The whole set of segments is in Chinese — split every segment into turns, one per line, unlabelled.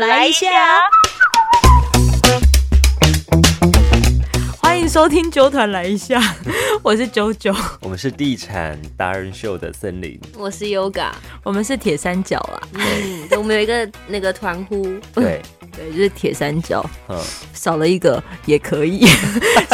来一
哦
下。欢迎收听九团来一下， 我是九九，
我们是地产达人秀的森林，
我是 Yoga，
我们是铁三角啊啦，
嗯，对我们有一个那个团呼，
嗯
对，
对，就是铁三角，
嗯，
少了一个也可 以，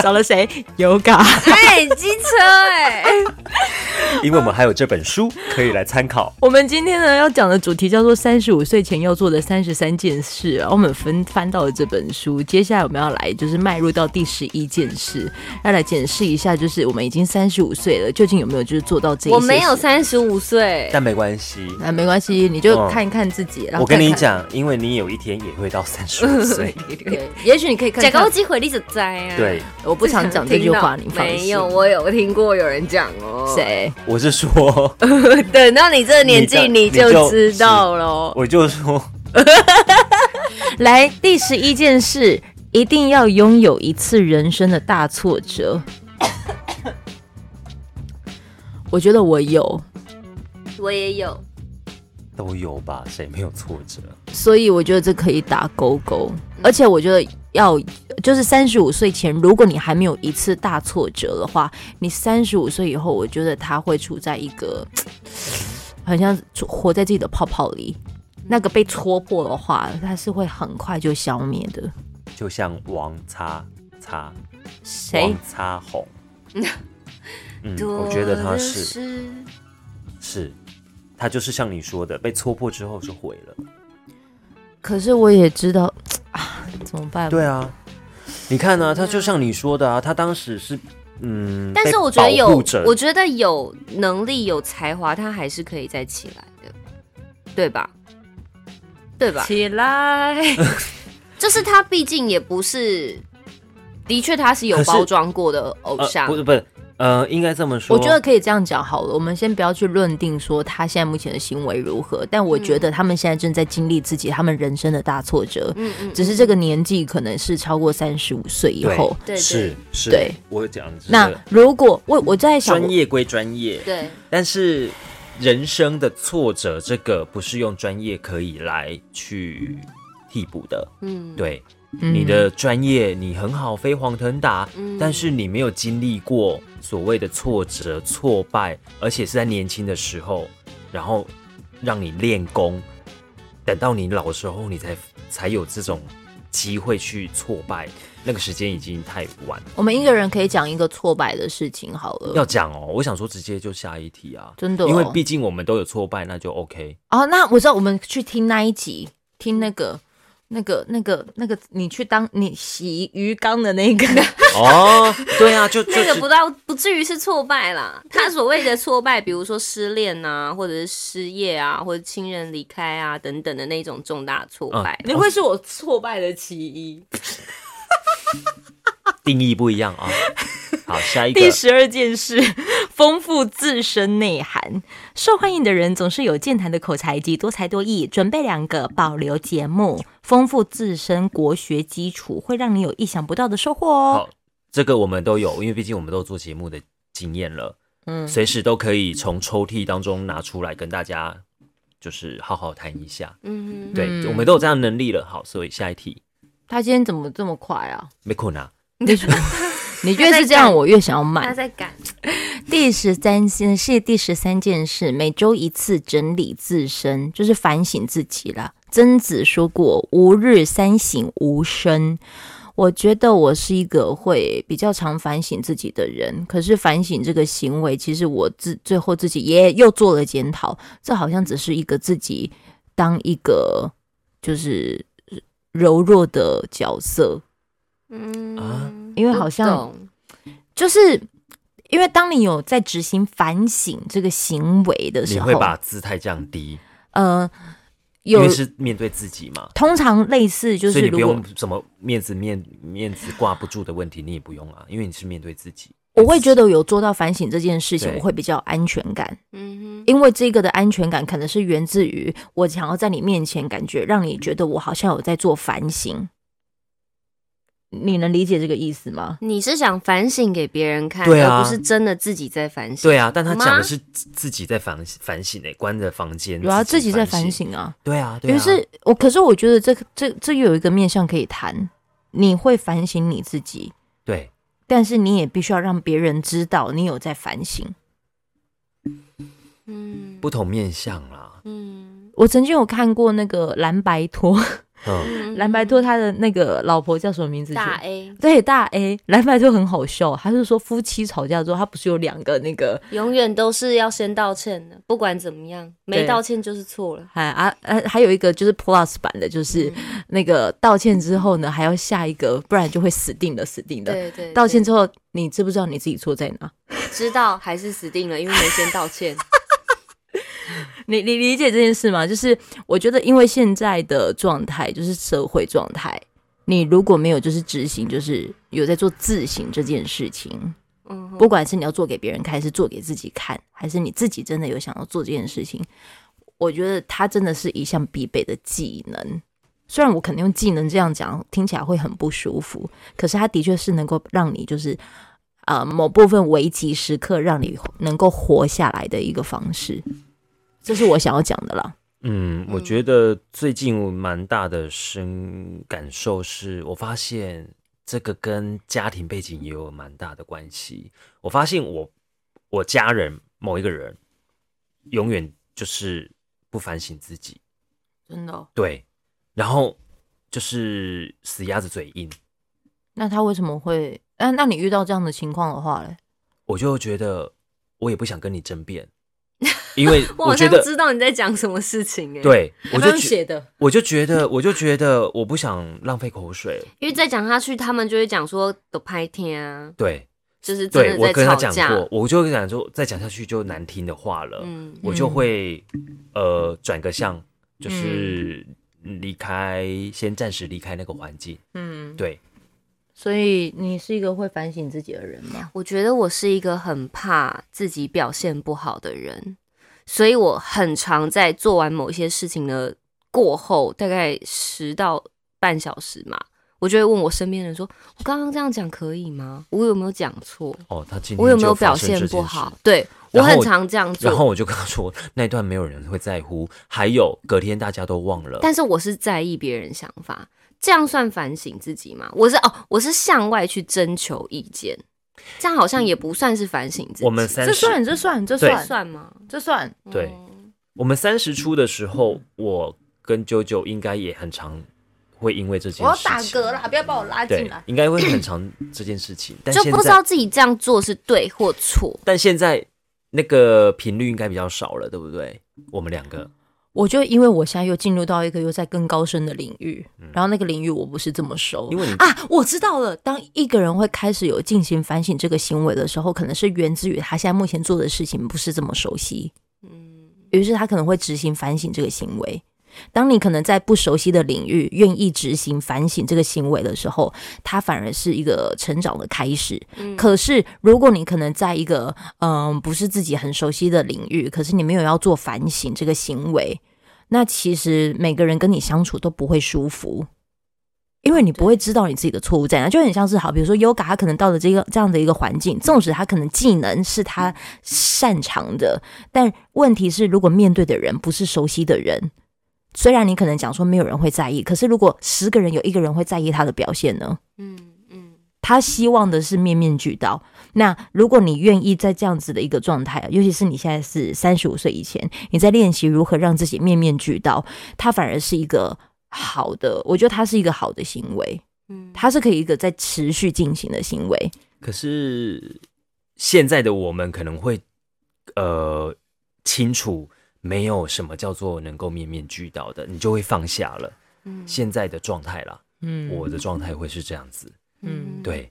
少了谁？Yoga。
哎，机车 哎、
因为我们还有这本书可以来参 考。
我们今天呢要讲的主题叫做“三十五岁前要做的三十三件事”，啊，我们翻翻到了这本书，接下来我们要来就是迈入到第十一件事，要来检视一下，就是我们已经三十五岁了，究竟有没有就是做到这一些？
我没有，三十五岁，
但没关系，
那、没关系，你就
嗯
看一看自己。然后
我跟你
看看，
讲，因为你有一天也会到三十 五岁，
对，也许你可以看
假
看
高。机会你怎栽啊？
对，
我不常讲这句话，你放心。
没有，我有听过有人讲哦。？
谁？
我是说，
等到你这年纪，
你
你
的
就知道喽。
我就说，
来，第十一件事，一定要拥有一次人生的大挫折。 我觉得我有，
我也有，
都有吧，谁没有挫折？
所以我觉得这可以打勾勾。而且我觉得要就是三十五岁前，如果你还没有一次大挫折的话，你三十五岁以后，我觉得他会处在一个嗯好像活在自己的泡泡里。那个被戳破的话，它是会很快就消灭的。
就像王叉叉，
谁
王？叉 红，嗯，我觉得他是是，他就是像你说的，被戳破之后就毁了。
可是我也知道啊，怎么
嗯
办？
对啊，你看呢、啊，他就像你说的啊，他当时是嗯，
但
被
是我觉得
保
有
护者，
我觉得有能力、有才华，他还是可以再起来的，对吧？对吧？
起来，
就是他毕竟也不是，的确他是有
可是
包装过的偶
呃
像
不，是不是呃，应该这么 说，
我觉得可以这样讲好了。我们先不要去论定说他现在目前的行为如何，但我
嗯
觉得他们现在正在经历自己他们人生的大挫折，
嗯嗯，
只是这个年纪可能是超过三十五岁以
对
后。
对
是是，
对
我讲的是
那如果我我在想，
专业归专业，
对
但是人生的挫折，这个不是用专业可以来去替补的。
嗯，
对，啊
嗯
你的专业你很好，飞黄腾达，
嗯
但是你没有经历过所谓的挫折、挫败，而且是在年轻的时候，然后让你练功，等到你老时候，你才才有这种机会去挫败，那个时间已经太晚了。
嗯我们一个人可以讲一个挫败的事情好
要
了。
讲哦，我想说直接就下一题啊，
真的哦
因为毕竟我们都有挫败，那就 OK。
哦，那我知道，我们去听那一集，听那个。那个、那个、那个，你去当你洗鱼缸的那个，
哦，对啊，就就
那个
是
不到不至于是挫败啦，他所谓的挫败，比如说失恋啊，或者是失业啊，或者亲人离开啊等等的那种重大挫
啊
败。
你会是我挫败的其一。
定义不一样啊。好，下一个
第十二件事， 丰富自身内涵。受欢迎的人总是有健谈的口才及多才多艺。准备两个保留节目，丰富自身国学基础，会让你有意想不到的收获哦
好。这个我们都有，因为毕竟我们都有做节目的经验了，
嗯，
随时都可以从抽屉当中拿出来跟大家就是好好谈一下。
嗯，
对，
嗯
我们都有这样的能力了。好，所以下一题
他今天怎么这么快啊？
没困难。
你越是这样，我越想要
他
买。
在赶，
第十三件是第十三件事，每周一次整理自身，就是反省自己啦。曾子说过：“吾日三省吾身。”我觉得我是一个会比较常反省自己的人，可是反省这个行为，其实我自最后自己也又做了检讨。这好像只是一个自己当一个就是柔弱的角色，
嗯
啊
因为好像
不懂
就是因为当你有在执行反省这个行为的
你
时候，
会把姿态降低，
呃，
因
有
为是面对自己嘛，
通常类似就
所
是
以你不
如果
用什么面子面面子挂不住的问题，你也不用啊，因为你是面对自己。
我会觉得有做到反省这件事情，
对
我会比较有安全感，
嗯哼，
因为这个的安全感可能是源自于我想要在你面前感觉让你觉得我好像有在做反省。你能理解这个意思吗？
你是想反省给别人看，
对啊
而不是真的自己在反省。
对啊，但他讲
妈
的是自自己在反反省诶、关着房间，
有啊，自己在反
反。
省啊。
对啊，对
于
啊，
是我，可是我觉得这个这这又有一个面向可以谈，你会反省你自己，
对，
但是你也必须要让别人知道你有在反省。
嗯
不同面相啊啦。
嗯
我曾经有看过那个蓝白拖，
嗯，
嗯
蓝白拖他的那个老婆叫什么名字去？
大 A
对，大 A 蓝白拖很好笑，他是说夫妻吵架之后，他不是有两个那个，
永远都是要先道歉的，不管怎么样，没
对
道歉就是错了。
还啊啊，还有一个就是 Plus 版的，就是
嗯
那个道歉之后呢，还要下一个，不然就会死定的，死定的。
对对，
道歉
对
之后，你知不知道你自己错在哪？
知道还是死定了，因为没先道歉。
你你理解这件事吗？就是我觉得，因为现在的状态就是社会状态，你如果没有就是执行，就是有在做自省这件事情，
嗯哼，
不管是你要做给别人看，还是做给自己看，还是你自己真的有想要做这件事情，我觉得它真的是一项必备的技能。虽然我可能用技能这样讲，听起来会很不舒服，可是它的确是能够让你就是呃某部分危急时刻让你能够活下来的一个方式。这是我想要讲的啦。
嗯，我
嗯
觉得最近我蛮大的深感受是，我发现这个跟家庭背景也有蛮大的关系。我发现我我家人某一个人永远就是不反省自己，
真的、哦？
对，然后就是死鸭子嘴硬，
那他为什么会？那、那你遇到这样的情况的话嘞？
我就觉得我也不想跟你 争辩，因为
我好
觉
像
得
知道你在讲什么事情哎、，
对，我就觉
写的，
我就觉得我就觉得我不想浪费 口水，
因为再讲下去，他们就会讲说都拍天啊，
对。
就是真
对
的
我
在
跟他
吵
讲
架。
过，呃我就跟他讲说，再讲下去就难听的话了，
嗯
我就会呃转个向，就是离开，先暂时离开那个环境。
嗯，
对，
所以你是一个会反省自己的人吗？
我觉得我是一个很怕自己表现不好的人，所以我很常在做完某些事情的过后，大概十到半小时嘛，我就会问我身边人说：“我刚刚这样讲可以吗？我有没有讲错？
哦，他今天
我有没有
就发
表
生这
现
件
不
事
好？”？对我
然后
很
我
常这样做
然，后我就跟他说，那一段没有人会在乎，还有隔天大家都忘了。
但是我是在意别人想法，这样算反省自己吗？我是哦，我是向外去征求意见，这样好像也不算是反省自己。
嗯我们三
这
十，
算，这算，这
对
算，
算吗？
这算。
对
嗯
我们三十出的时候，我跟九九应该也很常会因为这件
我要
事
打
情，
嗝啦，不要把我拉进
对
来，。
应该会很常这件事情，但
就
现
不知
在
道自己这样做是对或错。
但现在那个频率应该比较少了，对不对？我们两个，
我就因为我现在又进入到一个又在更高深的领域，然后那个领域我不是这么熟
嗯因为你
啊，我知道了。当一个人会开始有进行反省这个行为的时候，可能是源自于他现在目前做的事情不是这么熟悉，
嗯，
于是他可能会执行反省这个行为。当你可能在不熟悉的领域愿意执行反省这个行为的时候，它反而是一个成长的开始。
嗯
可是如果你可能在一个嗯、不是自己很熟悉的领域，可是你没有要做反省这个行为，那其实每个人跟你相处都不会舒服。因为你不会知道你自己的错误在哪，就很像是好，比如说 Yoga，他可能到了这个这样的一个环境，纵使他可能技能是他擅长的，但问题是，如果面对的人不是熟悉的人，虽然你可能讲说没有人会在意，可是如果十个人有一个人会在意他的表现呢？
嗯嗯，
他希望的是面面俱到。那如果你愿意在这样子的一个状态，尤其是你现在是三十五岁以前，你在练习如何让自己面面俱到，它反而是一个好的，我觉得它是一个好的行为，
嗯
它是可以一个在持续进行的行为。
可是现在的我们可能会呃清楚，没有什么叫做能够面面俱到的，你就会放下了。
嗯
现在的状态啦，
嗯
我的状态会是这样子，
嗯，
对，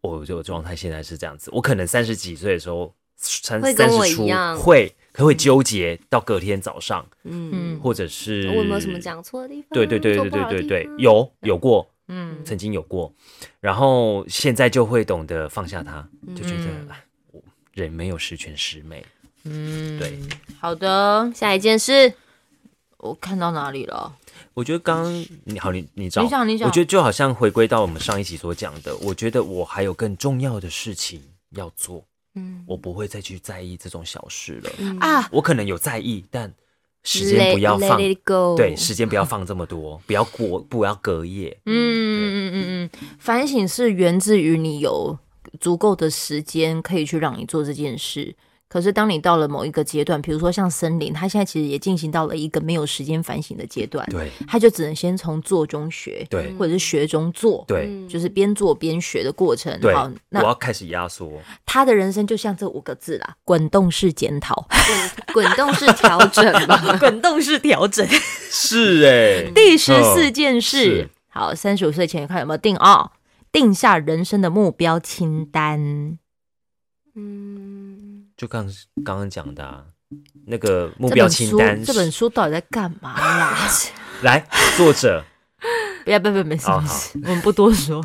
我的状态现在是这样子。我可能三十几岁的时候，三
会
三
跟我
十
一
出
样
会，可会纠结到隔天早上，
嗯，
或者是
我有没有什么讲错的地方？
对对对
嗯做
对
不
对
好的
对
地
对，
方，
有有过，
嗯
曾经有过，然后现在就会懂得放下它，就觉得、
嗯
啊我人没有十全十美。
嗯
对，
好的，
下一件事，
我看到哪里了？
我觉得刚刚你好，你你找，
你讲你讲
我觉得就好像回归到我们上一集所讲的，我觉得我还有更重要的事情要做，
嗯
我不会再去在意这种小事了。
啊，
我可能有在意，但时间不要放
let it go，
对，时间不要放这么多，不要过，不要隔夜。
嗯嗯嗯嗯嗯，反省是源自于你有足够的时间可以去让你做这件事。可是当你到了某一个阶段，比如说像森林，它现在其实也进行到了一个没有时间反省的阶段，
对
它就只能先从做中学，
对
或者是学中做，，
对
就是边做边学的过程。
对
好，，
我
嗯那
要开始压缩。
他的人生就像这五个字啦：滚动式检 讨，。
滚 滚动式调整嘛
滚动式调整。
是哎，
第十四件事
哦是，
好，三十五岁前看有没有定哦，定下人生的目标清单。
嗯，
就刚刚刚讲的啊，那个目标清单
这本书这本书到底在干嘛 啦？
来，作者。
不要不要不要，没事
哦
没事，我们不多说。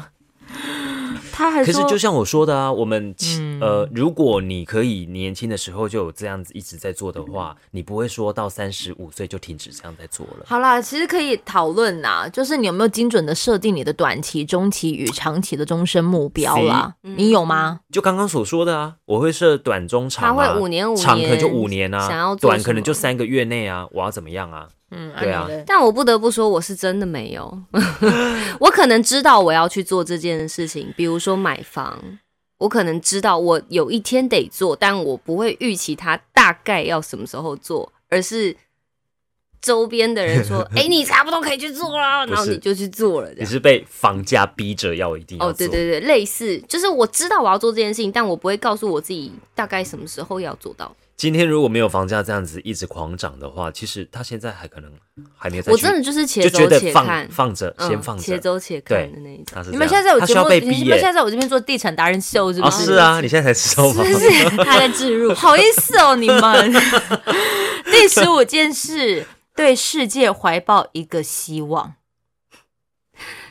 他还
可是
说，
就像我说的啊，我们、
嗯
呃，如果你可以年轻的时候就有这样子一直在做的话，你不会说到三十五岁就停止这样在做了。
好啦，其实可以讨论啦，就是你有没有精准的设定你的短期、中期与长期的终身目标啦？
行
你有吗？
就刚刚所说的啊，我会设短中长、啊，
他会五年五
长可能就
年
五年啊，
想要做
短
什
可能
么
就三个月内啊，我要怎么样啊？
嗯，
对啊
你的
但我不得不说，我是真的没有。 我可能知道我要去做这件事情，比如说买房，我可能知道我有一天得做，但我不会预期它大概要什么时候做，而是周边的人 说：“哎、你差不多可以去做啦。”
不是
然后你就去做了。这
你
样
是被房价逼着要一定要
哦，
做，
对对对，类似，就是我知道我要做这件事情，但我不会告诉我自己大概什么时候要做到。
今天如果没有房价这样子一直狂涨的话，其实他现在还可能还没有再
我
去
真的就是且
就觉
走
得
且看
放，放着，
嗯
先放着，
且走且看的那一种。
他是
你
这
们
样
现在在我
他
节
需要
目，
被
你
逼
们现在
耶。
在我这边做地产达人秀，是
啊，
不
是啊，你现在才知道吗？ 嗯
是不是他在置入？好意思哦，你们。 第十五件事，对世界怀抱一个希望。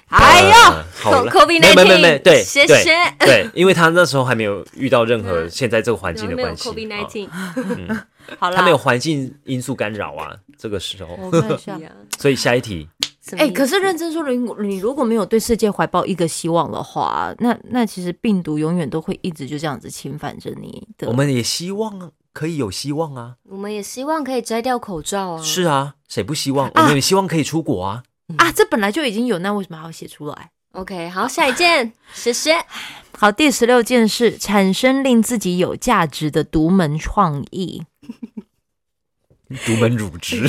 哎呀，
呀，好了
c o v i
没
d
没没没，对，
谢
对
谢。
对，因为他那时候还没有遇到任
嗯
何现在这个环境的
没有
关系，
COVID
啊
nineteen，
好
他
啦，哦
没有环境因素干扰啊，这个时 候，
我看 一
哎
下。
所以下一题，
哎、可
是
是认真说，你你如果没有对世界怀抱一个希望的话，那那其实病毒永远都会一直就这样子侵犯着你的。
我们也希望可以有希望啊，
我们也希望可以摘掉口罩
嗯
啊。
是啊，谁不希望？我们也希望可以出国啊，
啊，这本来就已经有，那为什么还要写出来？
OK，好，下一 件，谢谢。
好，第十六件事，产生令自己有价值的独门创意。
独门乳汁，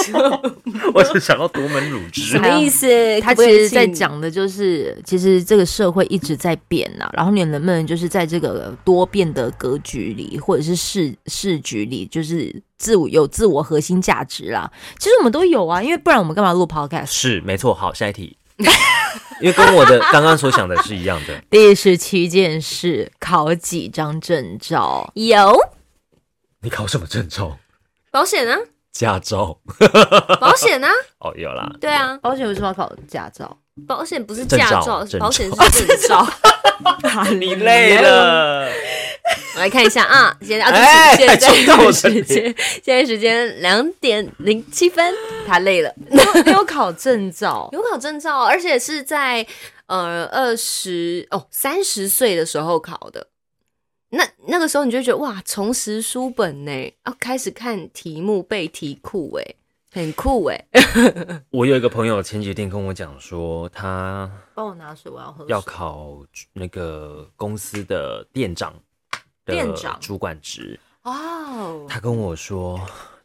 我只想到独门乳汁
什么意
思
啊他其实在，讲的就是，其实这个社会一直在变呐、然后你能不能就是在这个多变的格局里，或者是视视局里，就是自我有自我核心价值啦。其实我们都有啊，因为不然我们干嘛录 podcast？
是没错，好，下一题， 因为跟我的刚刚所想的是一样的，
第十七件事，考几张证照？
有
你考什么证照？
保险 啊，
驾照？
保险啊，
哦，有啦，
对啊，
保哦险为什么要考驾照？
保险不是
证
驾
照
照，
证
保险
哦
照
是证 照。
你累了，
我来看一下啊，现在啊，
哎
对不起现
撞到
在
我
时
身体
间，现在时间两点零七分，他累了。
没有考证照，
有考证照，哦而且是在呃二十哦三十岁的时候考的。那那个时候你就觉得哇，重拾书本呢，要开始看题目背题库哎，很酷哎。
我有一个朋友前几天跟我讲说，他
帮我拿水，我要喝水。
要考那个公司的店长的
店长
主管职，
哦，
他跟我说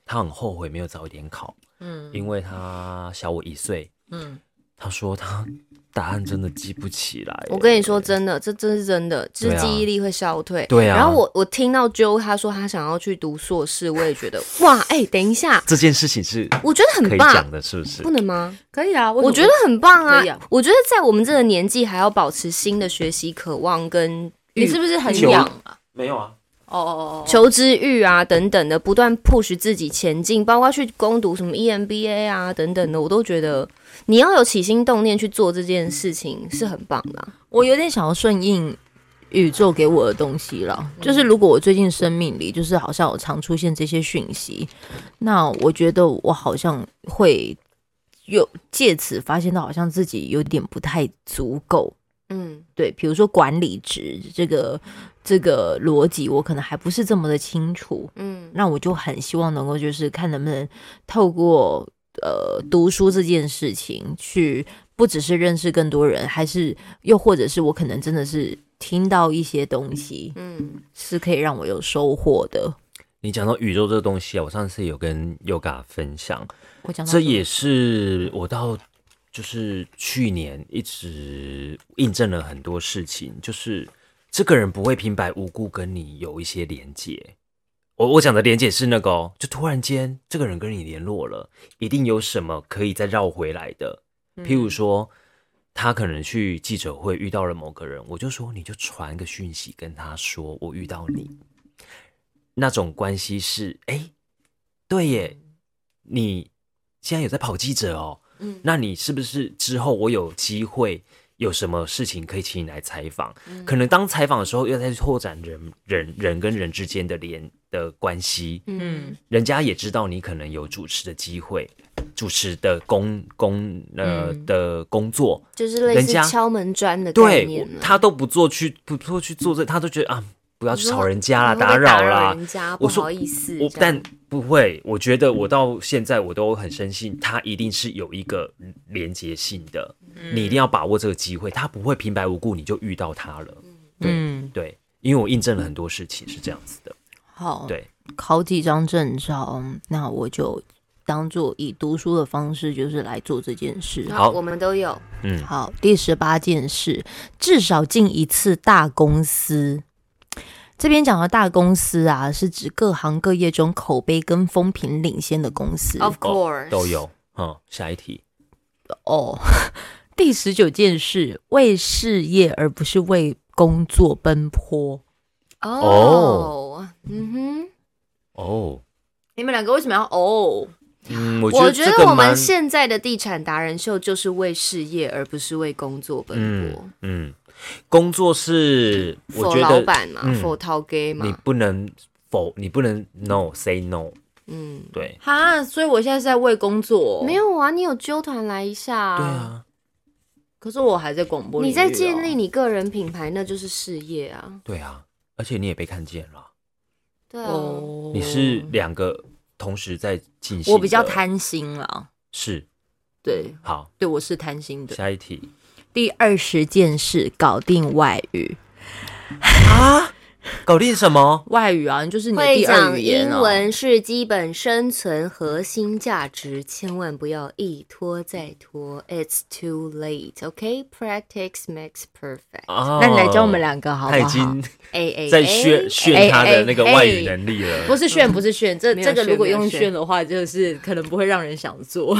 他很后悔没有早一点考，
嗯
因为他小我一岁。
嗯，
他说他 答案真的记不起来。
我跟你说，真的，这真是真的，就是
对啊
记忆力会消退。
对啊
然后我我听到 Joe 他说他想要去读硕士，我也觉得哇，哎、等一下，
这件事情是
我觉得
可
很
以讲
棒，
的，是不是
不？能吗？
可以啊，
我觉得很棒啊
可以啊！
我觉得在我们这个年纪，还要保持新的学习渴望跟
你是不是很
求
痒啊？
没有啊，
哦哦哦，
求知欲啊等等的，不断 push 自己前进，包括去攻读什么 EMBA 啊等等的，我都觉得你要有起心动念去做这件事情是很棒的啊、
我有点想要顺应宇宙给我的东西了。就是如果我最近生命里，就是好像我常出现这些讯息，那我觉得我好像会有借此发现到，好像自己有点不太足够。
嗯
对，比如说管理职这个这个逻辑，我可能还不是这么的清楚。
嗯
那我就很希望能够就是看能不能透过呃读书这件事情去，不只是认识更多人，还是又或者是我可能真的是听到一些东西
嗯
是可以让我有收获的。
你讲到宇宙这个东西啊，我上次有跟 Yoga 分享，
我讲到
这
什么
也是我到就是去年一直印证了很多事情，就是这个人不会平白无故跟你有一些连接。我我讲的连接是那个、哦，就突然间这个人跟你联络了，一定有什么可以再绕回来的。譬如说，他可能去记者会遇到了某个人，我就说你就传个讯息跟他说我遇到你，那种关系是哎、诶对耶，你现在有在跑记者哦，
嗯
那你是不是之后我有机会有什么事情可以请你来采访？
嗯
可能当采访的时候，又在拓展人人人跟人之间的连的关系，
嗯
人家也知道你可能有主持的机会，主持的工工呃、
嗯
的工作，
就是类
人
似
家
敲门砖的概
对
念啊
我
了。
他都不做去不做去做这，他都觉得啊不要去吵人家啦，
会不
打
会
扰啦
扰，人家不
我说
好意思
我，
这样
但不会，我觉得我到现在我都很深信，它一定是有一个连接性的，
嗯
你一定要把握这个机会，它不会平白无故你就遇到它了。对
嗯，
对，因为我印证了很多事情是这样子的。
哦
好，
对，
考几张证照，那我就当做以读书的方式，就是来做这件事。
那
好
我们都有，
嗯，
好，第十八件事，至少进一次大公司。这边讲的大公司啊，是指各行各业中口碑跟风评领先的公司。
Of
哦
course，
都有。嗯，下一题，
哦， 第十九件事，为事业而不是为工作奔波。
哦。嗯
哦，
你们两个为什么要哦？
嗯，我
哼，我
觉
觉
这
得
个
我们
蛮，
现在的地产达人秀就是为事业，而不是为工作奔波
嗯。嗯，工作是我
否
觉
老
得
板嘛，
嗯
否掏 gay
你
嘛，
不能否，你不能 no say no，
嗯，
对，
哈，所以我现在是在为工作、
没。有啊，你有纠团来一下啊
对。啊，
可是我还在广播、哦
你在建立，你个人品牌，那就是事业啊。
对啊，而且你也被看见了。
对啊，
哦，
你是两个同时在进行的，
我比较贪心啦。
是
对，
好，
对，我是贪心的。
下一题
第二十件事，搞定外语。
啊，搞定什么？
外语啊，就是你的
会
第二
讲
语言
英
啊。
文是基本生存核心价值，千万不要一拖再拖，It's too late。OK, practice makes perfect。
啊
那你来教我们两个好
他
不
已
好？哎
经
A A
在炫炫他的那个外语能力
不
了。
是炫，不是炫，这
没有
这个
炫
如果
没有
用
炫
炫的话，就是可能不会让人想 做。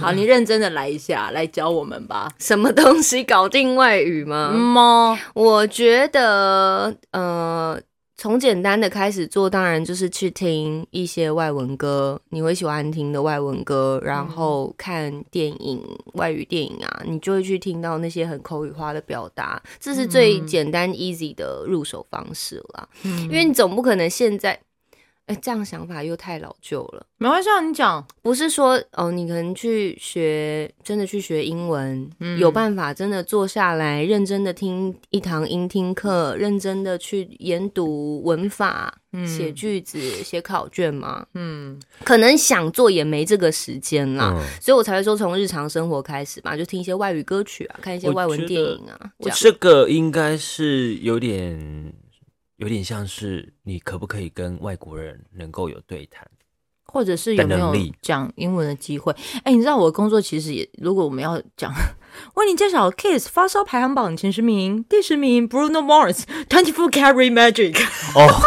好，你认真的来一下，来教我们吧。哦
什么东西搞定外语
嗯
吗？
猫，
我觉得，呃，从简单的开始做，当然就是去听一些外文歌，你会喜欢听的外文歌，然后看电影、外语电影啊，你就会去听到那些很口语化的表达，这是最
嗯
简单 easy 的入手方式啦。
因
因为你总不可能现在，哎，这样想法又太老旧了。
没关系，啊，你讲，
不是说哦，你可能去学，真的去学英文，
嗯
有办法真的坐下来认真的听一堂英听课，认真的去研读文法、
嗯
写句子、写考卷吗？
嗯
可能想做也没这个时间
啊
啦，
嗯，
所以我才会说从日常生活开始嘛，就听一些外语歌曲啊，看一些
我
外
觉
文
得
电影啊，这
我
样
这个应该是有点有点像是你可不可以跟外国人能够有对谈？
或者是有没
的能
有
力
讲英文的机会？哎，你知道我的工作其实也，如果我们要讲， 为你介绍 Kiss 发烧排行榜前十名，第十名 Bruno Mars Twenty Four Carry Magic。
哦，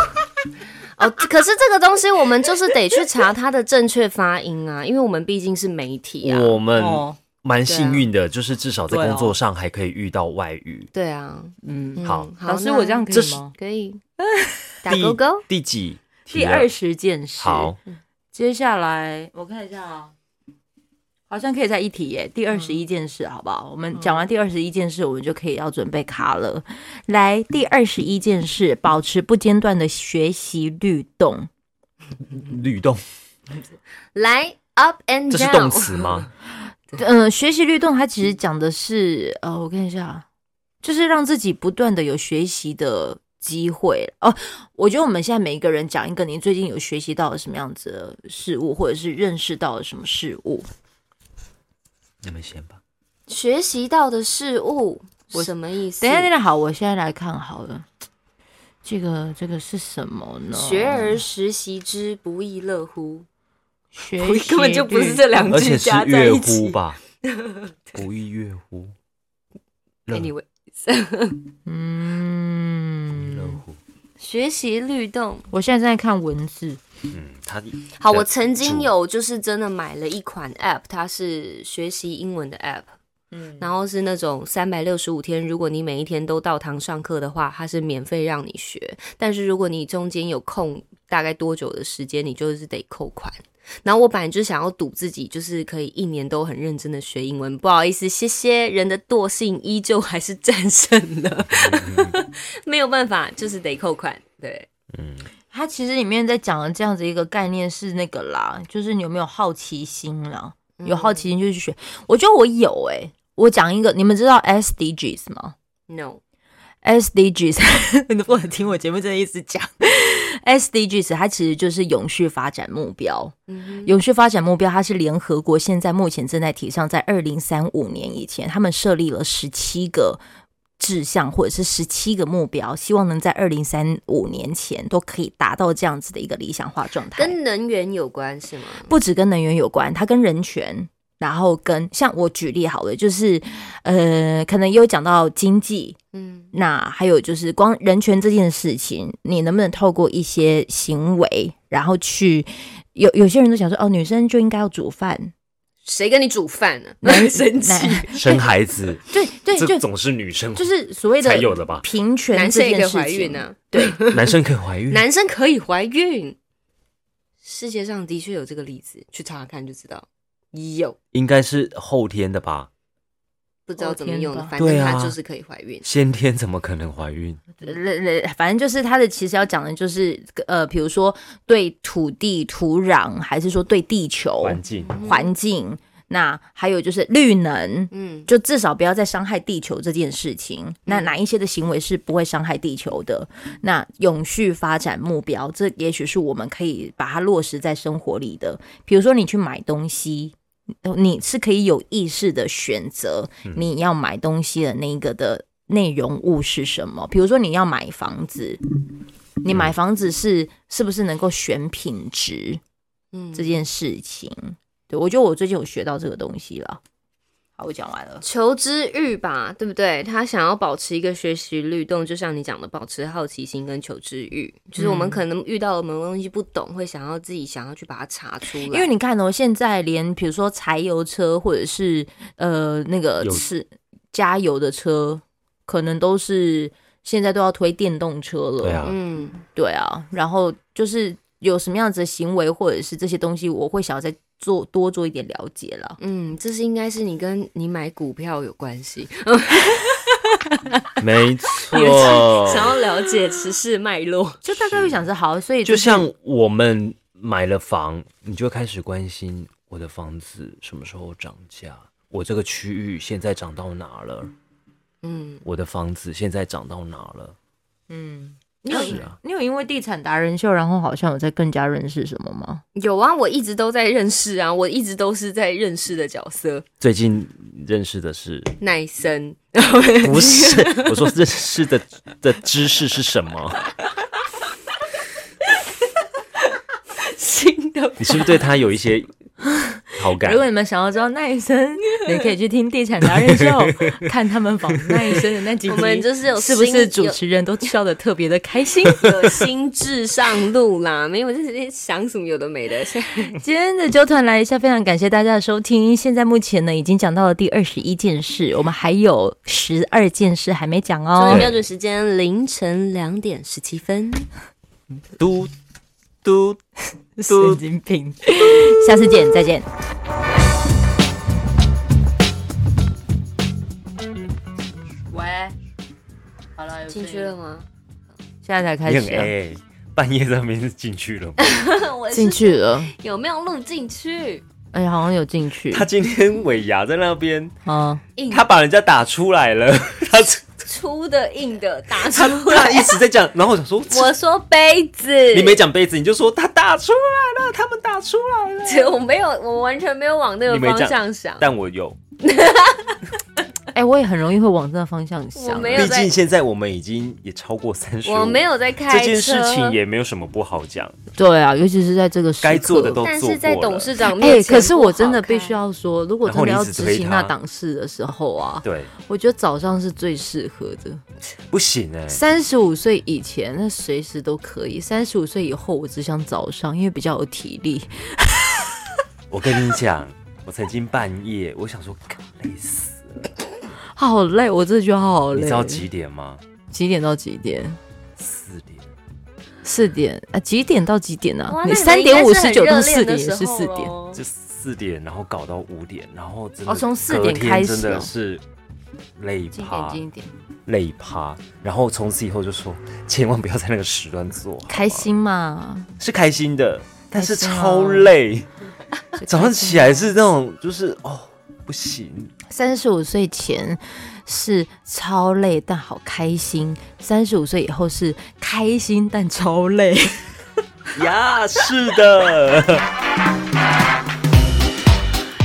哦，可是这个东西我们就是得去查它的正确发音啊，因为我们毕竟是媒体啊，
我们
哦
蛮幸运的，就是至少在
对哦
工作上还可以遇到外语。
对啊，
嗯，
嗯
好
老师，我这样可
这
以
是
吗？
可以 打
第
勾勾。
第几题
第嗯
了？
二十件事。
好，
接下来我看一下啊，好像可以再一提耶，第二十一件事，好不好？我们讲完第二十一件事，我们就可以要准备卡了。来，第二十一件事，保持不间断的学习律动。
律动，
来 up and
这是
down，
动 词吗？
嗯、学习律动它其实讲的是，呃，我看一下，就是让自己不断的有学习的机会哦。我觉得我们现在每一个人讲一个你最近有学习到了什么样子的事物，或者是认识到了什么事物。
你们先吧。
学习到的事物
我
什么意思？
等一下，等一下，好，我现在来看好了，这个这个是什么呢？
学而时习之，不亦乐乎？
学
不
习
亦根本就不
律
是这两
而
句
且是
加在
乐
一
乎
起。
吧？不亦乐乎？乐
Anyway，
乐
嗯，
乎。
学习律动。
我现在正在看文字，
嗯，它
好，
的
我曾经
主
有就是真的买了一款 App，它是学习英文的 App，
嗯，
然后是那种三百六十五天，如果你每一天都到堂上课的话，它是免费让你学。但是如果你中间有空，大概多久的时间，你就是得扣款。然后我本来就想要赌自己，就是可以一年都很认真的学英文。不好意思，谢谢人的惰性依旧还是战胜了，没有办法，就是得扣款。对，
嗯，
它其实里面在讲的这样子一个概念是那个啦，就是你有没有好奇心啦？
嗯
嗯有好奇心就去学。我觉得我有诶、我讲一个，你们知道 SDGs 吗
嗯，no，
？SDGs，如果听我节目真的一直讲 SDGs，它其实就是永续发展目标。
嗯
永续发展目标，它是联合国现在目前正在提倡，在二零三五年以前，他们设立了十七个志向或者是十七个目标，希望能在二零三五年前都可以达到这样子的一个理想化状态。
跟能源有关是吗？
不只跟能源有关，它跟人权，然后跟像我举例好了，就是呃，可能也有讲到经济，
嗯。
那还有就是光人权这件事情，你能不能透过一些行为，然后去有有些人都想说，哦，女生就应该要煮饭，
谁跟你煮饭呢、
男
蛮 生气，
男
生孩子，
对对，
这
就
总是女生
就是所谓的
才有的吧？
平权
男
这
生也可
件事
以
情，
怀孕啊呢、
对，
男生可以怀孕？
男生可以怀孕。世界上的确有这个例子，去查看就知道。有，
应该是后天的吧？
不知道怎么用的，
哦天哪
反正
对啊
他就是可以怀孕。
先天怎么可能怀孕？
呃反正就是他的其实要讲的就是呃，比如说对土地、土壤，还是说对地
哦
球
环境
环境，那还有就是绿能，
嗯，
就至少不要再伤害地球这件事情。那哪一些的行为是不会伤害地球的？那永续发展目标，这也许是我们可以把它落实在生活里的。比如说，你去买东西。你是可以有意识的选择你要买东西的那一个的内容物是什么。比如说，你要买房子，你买房子是是不是能够选品质？
嗯
这件事情。对我觉得我最近有学到这个东西了。好，我讲完了。
求知欲吧，对不对？他想要保持一个学习律动，就像你讲的，保持好奇心跟求知欲。就是我们可能遇到了某个东西不懂，会想要自己想要去把它查出来。
因为你看哦，现在连比如说柴油车或者是呃那个
有
是加油的车，可能都是现在都要推电动车了。
对啊
嗯，
对啊，然后就是有什么样子的行为或者是这些东西，我会想要再做多做一点了解了。
嗯，这是应该是你跟你买股票有关系，
没
想
错，
要了解时事脉络。
就大概会想是好，所以
就是像我们买了房，你就开始关心我的房子什么时候涨价，我这个区域现在涨到哪了，
嗯，
我的房子现在涨到哪了？
嗯，你有
是啊
你有因为地产达人秀，然后好像有在更加认识什么吗？
有啊，我一直都在认识啊，我一直都是在认识的角色，
最近认识的是
奈森。
不是，我说认识的的知识是什么？
新的
你是不是对他有一些好感
如？果你们想要知道奈森，你可以去听《地产达人 秀》，看他们访奈森的那几集。
我们就是有
是不是
新
主持人都笑得特别的开 心？
有心智上路啦？没有，我就是在想什么有的没的。现在
今天的纠团来一下，非常感谢大家的收听。现在目前呢，已经讲到了第二十一件事，我们还有十二件事还没讲
中
哦
文。标准时间凌晨两点十七分，
嘟嘟。
神经病，下次见，再见。
进去了吗？
现在才开
你很
始
A，、
啊、
欸、半夜在那边是进去了吗？
我是
进去了，
有没有录进去？
哎、好像有进去
他今天尾牙在那边，
啊。
硬
他把人家打出来了，他
粗的硬的打出
他他
来。
一直在讲，然后我 想说，
我说杯子，
你没讲杯子，你就说他打出来了，他们打出来了，
我没有，我完全没有往那个
你没
方
讲
向想。
但我有，
哎、我也很容易会往这个方向想。
我没有
毕
在
竟现在我们已经也超过三十，
我没有在开车，
这件事情也没有什么不好讲，
对啊，尤其是在这个时刻
该做的都
但
做
是在
过
董
了。
事长
哎、
面前、
可是我真的必须，要说，如果
然
真
后
的
你
要
只
执
推
行
他
那档事的时候啊，
对，
我觉得早上是最适合的。
不行 哎、
三十五岁以前，那随时都可以；三十五岁以后，我只想早上，因为比较有体力。
我跟你讲，我曾经半夜，我想说，干累死了。
好累，我真的觉得好累。
你知道几点吗？
几点到几点？
四点。
四点啊？几点到几点呢、
哇那
啊？你
你
三
们
点五
应该是
十
很
九到
热
四
恋的
点也
时候哦
是四点，
咯
就四点，然后搞到五点，然后真的
哦从四点
隔天
开始哦
真的是累趴
点？
累趴，然后从此以后就说千万不要在那个时段做，好吗
开心嘛？
是开心的，但是
开心哦
超 累，
就
早上起来是那种就是哦不行，
三十五岁前是超累但好开心，三十五岁以后是开心但超累。
呀是的，